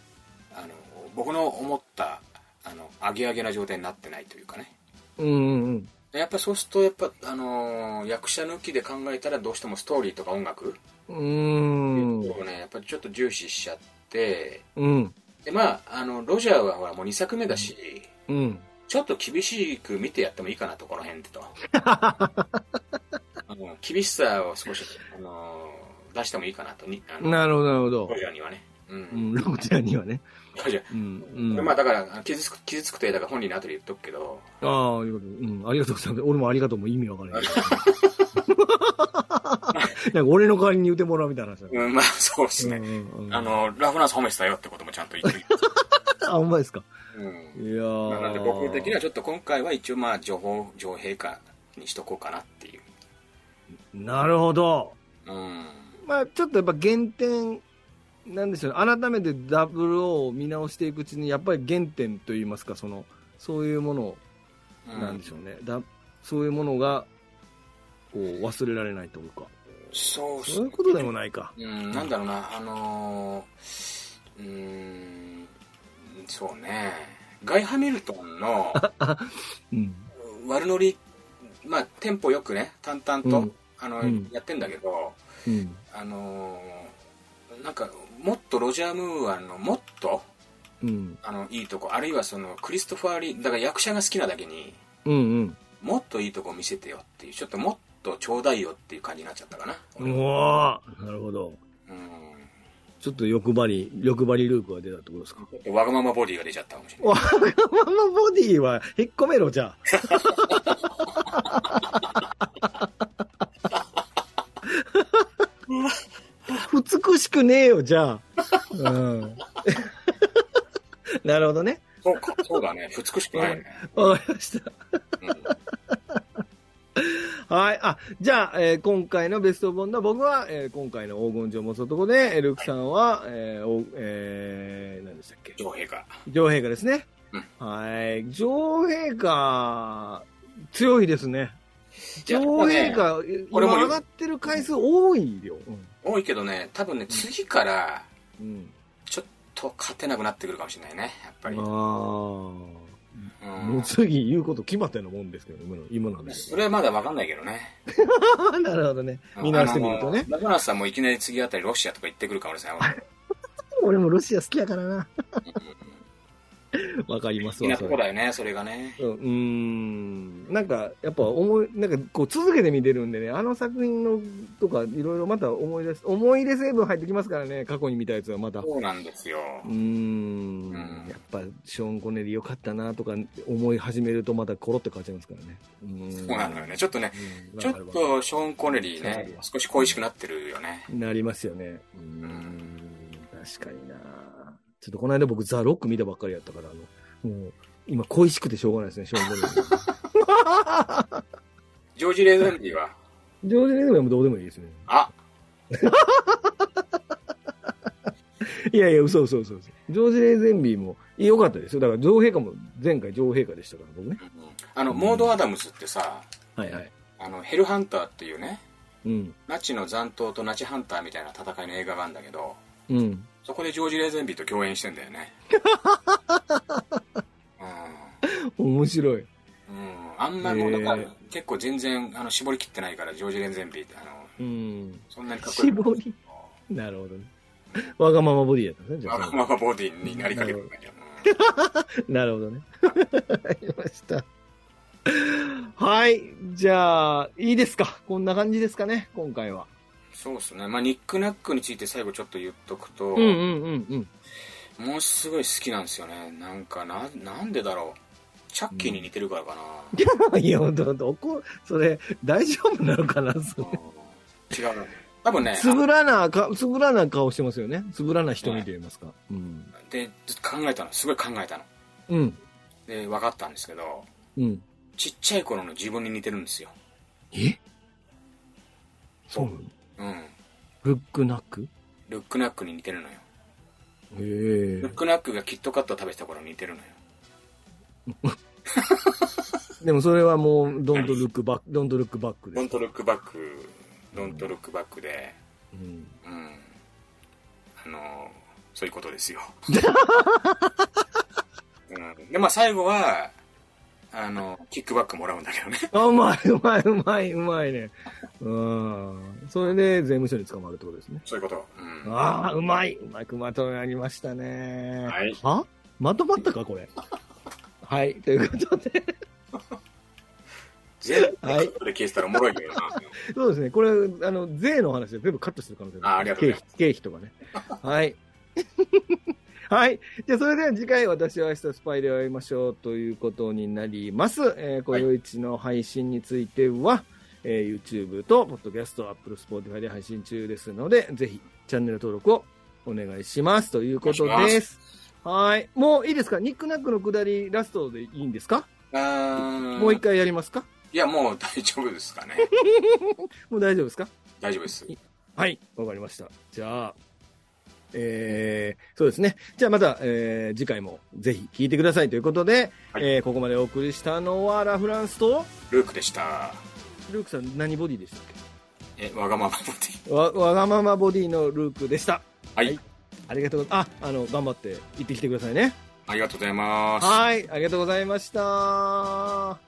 あの僕の思った、あの、アゲアゲな状態になってないというかね。
うんうんうん。
やっぱそうすると、やっぱ、あのー役者抜きで考えたらどうしてもストーリーとか音楽
う
を
ーん。
ね、やっぱりちょっと重視しちゃって、
うん。
で、まあ、あの、ロジャーはほらもう2作目だし、
うん。
ちょっと厳しく見てやってもいいかなと、この 辺でと。あの厳しさを少し、あのー出してもいいかなと、にあの
なるほど、なるほど
ロ。ジャーにはね。うん。
うん、ロコちゃんにはね。
ロジャー。
うん。うん。
まあ
あ
だから、傷つく、傷つくとだから本人の後で言っとくけど、
あ、いうこと。うん。ありがとうございます。俺もありがとうも意味わからない。 なんか俺の代わりに言ってもらうみたいな話だ。
うん、まあそうですね。
うんうん
あ、の、ラフランス褒めてたよってこともちゃんと言ってる。
あ、ほんまですか。
うん
いやー
まあなんで僕的にはちょっと今回は一応まあ情報上陛下にしとこうかなっていう
なるほど。
うん
まあ、ちょっとやっぱ原点、なんでしょうね。改めて WO を見直していくうちに、やっぱり原点といいますか、その、そういうものなんでしょうね。だそういうものが、こう、忘れられないというか。
そうっす
そういうことでもないか。
うんなんだろうなあのーうーんそうねガイ・ハミルト ンの
うん。
悪ノリまあテンポよくね淡々と、
うん
あの
うん
やってんだけど
うん。
あのーなんかもっとロジャー・ムーアのもっと
うん。
あのいいとこあるいはそのクリストファー・リーだから役者が好きなだけに
うん
もっといいとこ見せてよっていうちょっともっとちょうだいよっていう感じになっちゃったかな
うん。おーなるほど。
うん
ちょっと欲張り、欲張りルークが出たってことですか
ちょっとわがままボディが出ちゃったかもしれない
わがままボディは引っ込めろ、じゃあ。美しくねえよ、じゃあ。うん。なるほどね。
そうかそうだ ね美しくないね、
わかりました。
うん、
はい。あ、じゃあ、えー今回のベストボンド、僕は、えー今回の黄金城もそとこで、えールークさんは、えーおえー何でしたっけ
上 陛下
女王陛下ですね。
う
はい。女王陛下、強いですね。
いや
女王陛下、今
俺も
上がってる回数多いよ。
多いけどね多分ね次から
うん。
ちょっと勝てなくなってくるかもしれないねやっぱり、うん、
ああ。もう次言うこと決まったようなもんですけど、今の、今なんです
それはまだわかんないけどね
なるほどね。見直してみるとね
あ。のラフナスさんもいきなり次あたりロシアとか行ってくるかもしれない
俺もロシア好きやからな。 わかります
みん
わ、
な
そ
とこ
れ。
だよねそれがね
うんうーん。なんか、やっぱ思い、なんかこう続けて見てるんでね、あの作品のとかいろいろまた思い出す、思い出成分入ってきますからね、過去に見たやつはまた。
そうなんですよ、
うーん
うん
やっぱショーン・コネリーよかったなとか思い始めるとまたコロって変わっちゃいますからね。うーん
そうなのよねちょっとね
うん
ちょっ
わかるわ
とショーン・コネリーね、少し恋しくなってるよね。
なりますよね。うーん確かになちょっとこの間僕ザ・ロック見たばっかりやったから、あのもう今恋しくてしょうがないですね、ショーン・コネリー。
ジョージ・レーザンディは、
ジョージ・レズメもどうでもいいですね。
あ、
いやいや、嘘嘘嘘嘘。ジョージ・レーゼンビーも良かったですよ。だから女王陛下も前回女王陛下でしたから、僕ね。
あの、モード・アダムスってさ、
はいはい。
あの、ヘルハンターっていうね、
うん。
ナチの残党とナチハンターみたいな戦いの映画があるんだけど、
うん。
そこでジョージ・レーゼンビーと共演してんだ よね。
面白い。
うん。うん。あんまもう、だから、
へえ
結構全然、あの、絞り切ってないから、ジョージ・レーゼンビーって、あの、
うん。
そんなにかっこいい。
絞り。なるほどね。わがままボディやったんですねじゃ
わ
あ
がままボディになりかけてるんだけど。
なるほどね。ありました。はい。じゃあ、いいですか。こんな感じですかね、今回は。
そうですね。まあ、ニックナックについて最後ちょっと言っとくと、
うんうんうんうん。
もうすごい好きなんですよね。なんかな、なんでだろう。チャッキーに似てるからかな。
いや、ほんとほんと、怒それ、大丈夫なのかな、それ。
違うな。多 分ね、
つぶらなか、つぶらな顔してますよね。つぶらな瞳と言いますか。うん。
あので、考えたの。すごい考えたの。
うん。
で、分かったんですけど、
うん。
ちっちゃい頃の自分に似てるんですよ。
えそうなの
うん。
ルックナック
ルックナックに似てるのよ。
へえ
ルックナックがキットカットを食べてた頃に似てるのよ。
でもそれはもう、ドントルックバック、ドントルックバックで
ド
す
ン。トルックバック、ドントルックバックで、
うん
うん。あの、そういうことで すよ。うん、で、まあ最後は、あの、キックバックもらうんだけどね。
あ、うまい、うまい、うまい、うまいね。うん。それで税務署に捕まるってことですね。
そういうこと。うん。
ああ、うまい。うまくまとめありましたね。
はい
はまとまったか、これ。はい。ということで、
全部
はい
カットで消えてたらおもろいけどな。
そうですね。これ、あの、税の話で全部カットしてる可能性
あありがとうございま
経費経費とか ね。はい。 はい。じゃあ、それでは次回、私は明日スパイで会いましょうということになります。えー、こよいちの配信については、えー YouTube と、Podcast、Apple、Spotify で配信中ですので、ぜひ、チャンネル登録をお願いしますということ
お願いし
で。
ます
はい。もういいですかニックナックのくだり、ラストでいいんですか、
あ
もう一。回やりますか
いや、もう大丈夫ですかね。
もう大丈夫ですか
大丈夫です。
はい、わかりました。じゃあ、えー、そうですね。じゃあまた、えー、次回もぜひ聞いてくださいということで、
はい
えーここまでお送りしたのはラ・フランスと、
ルークでした。
ルークさん何ボディでしたっ
え、わがままボディ。
けわわがままボディのルークでした。
はい。
はいありがとうございます。あ、あの、頑張って行ってきてくださいね。
ありがとうございます。
はい、ありがとうございました。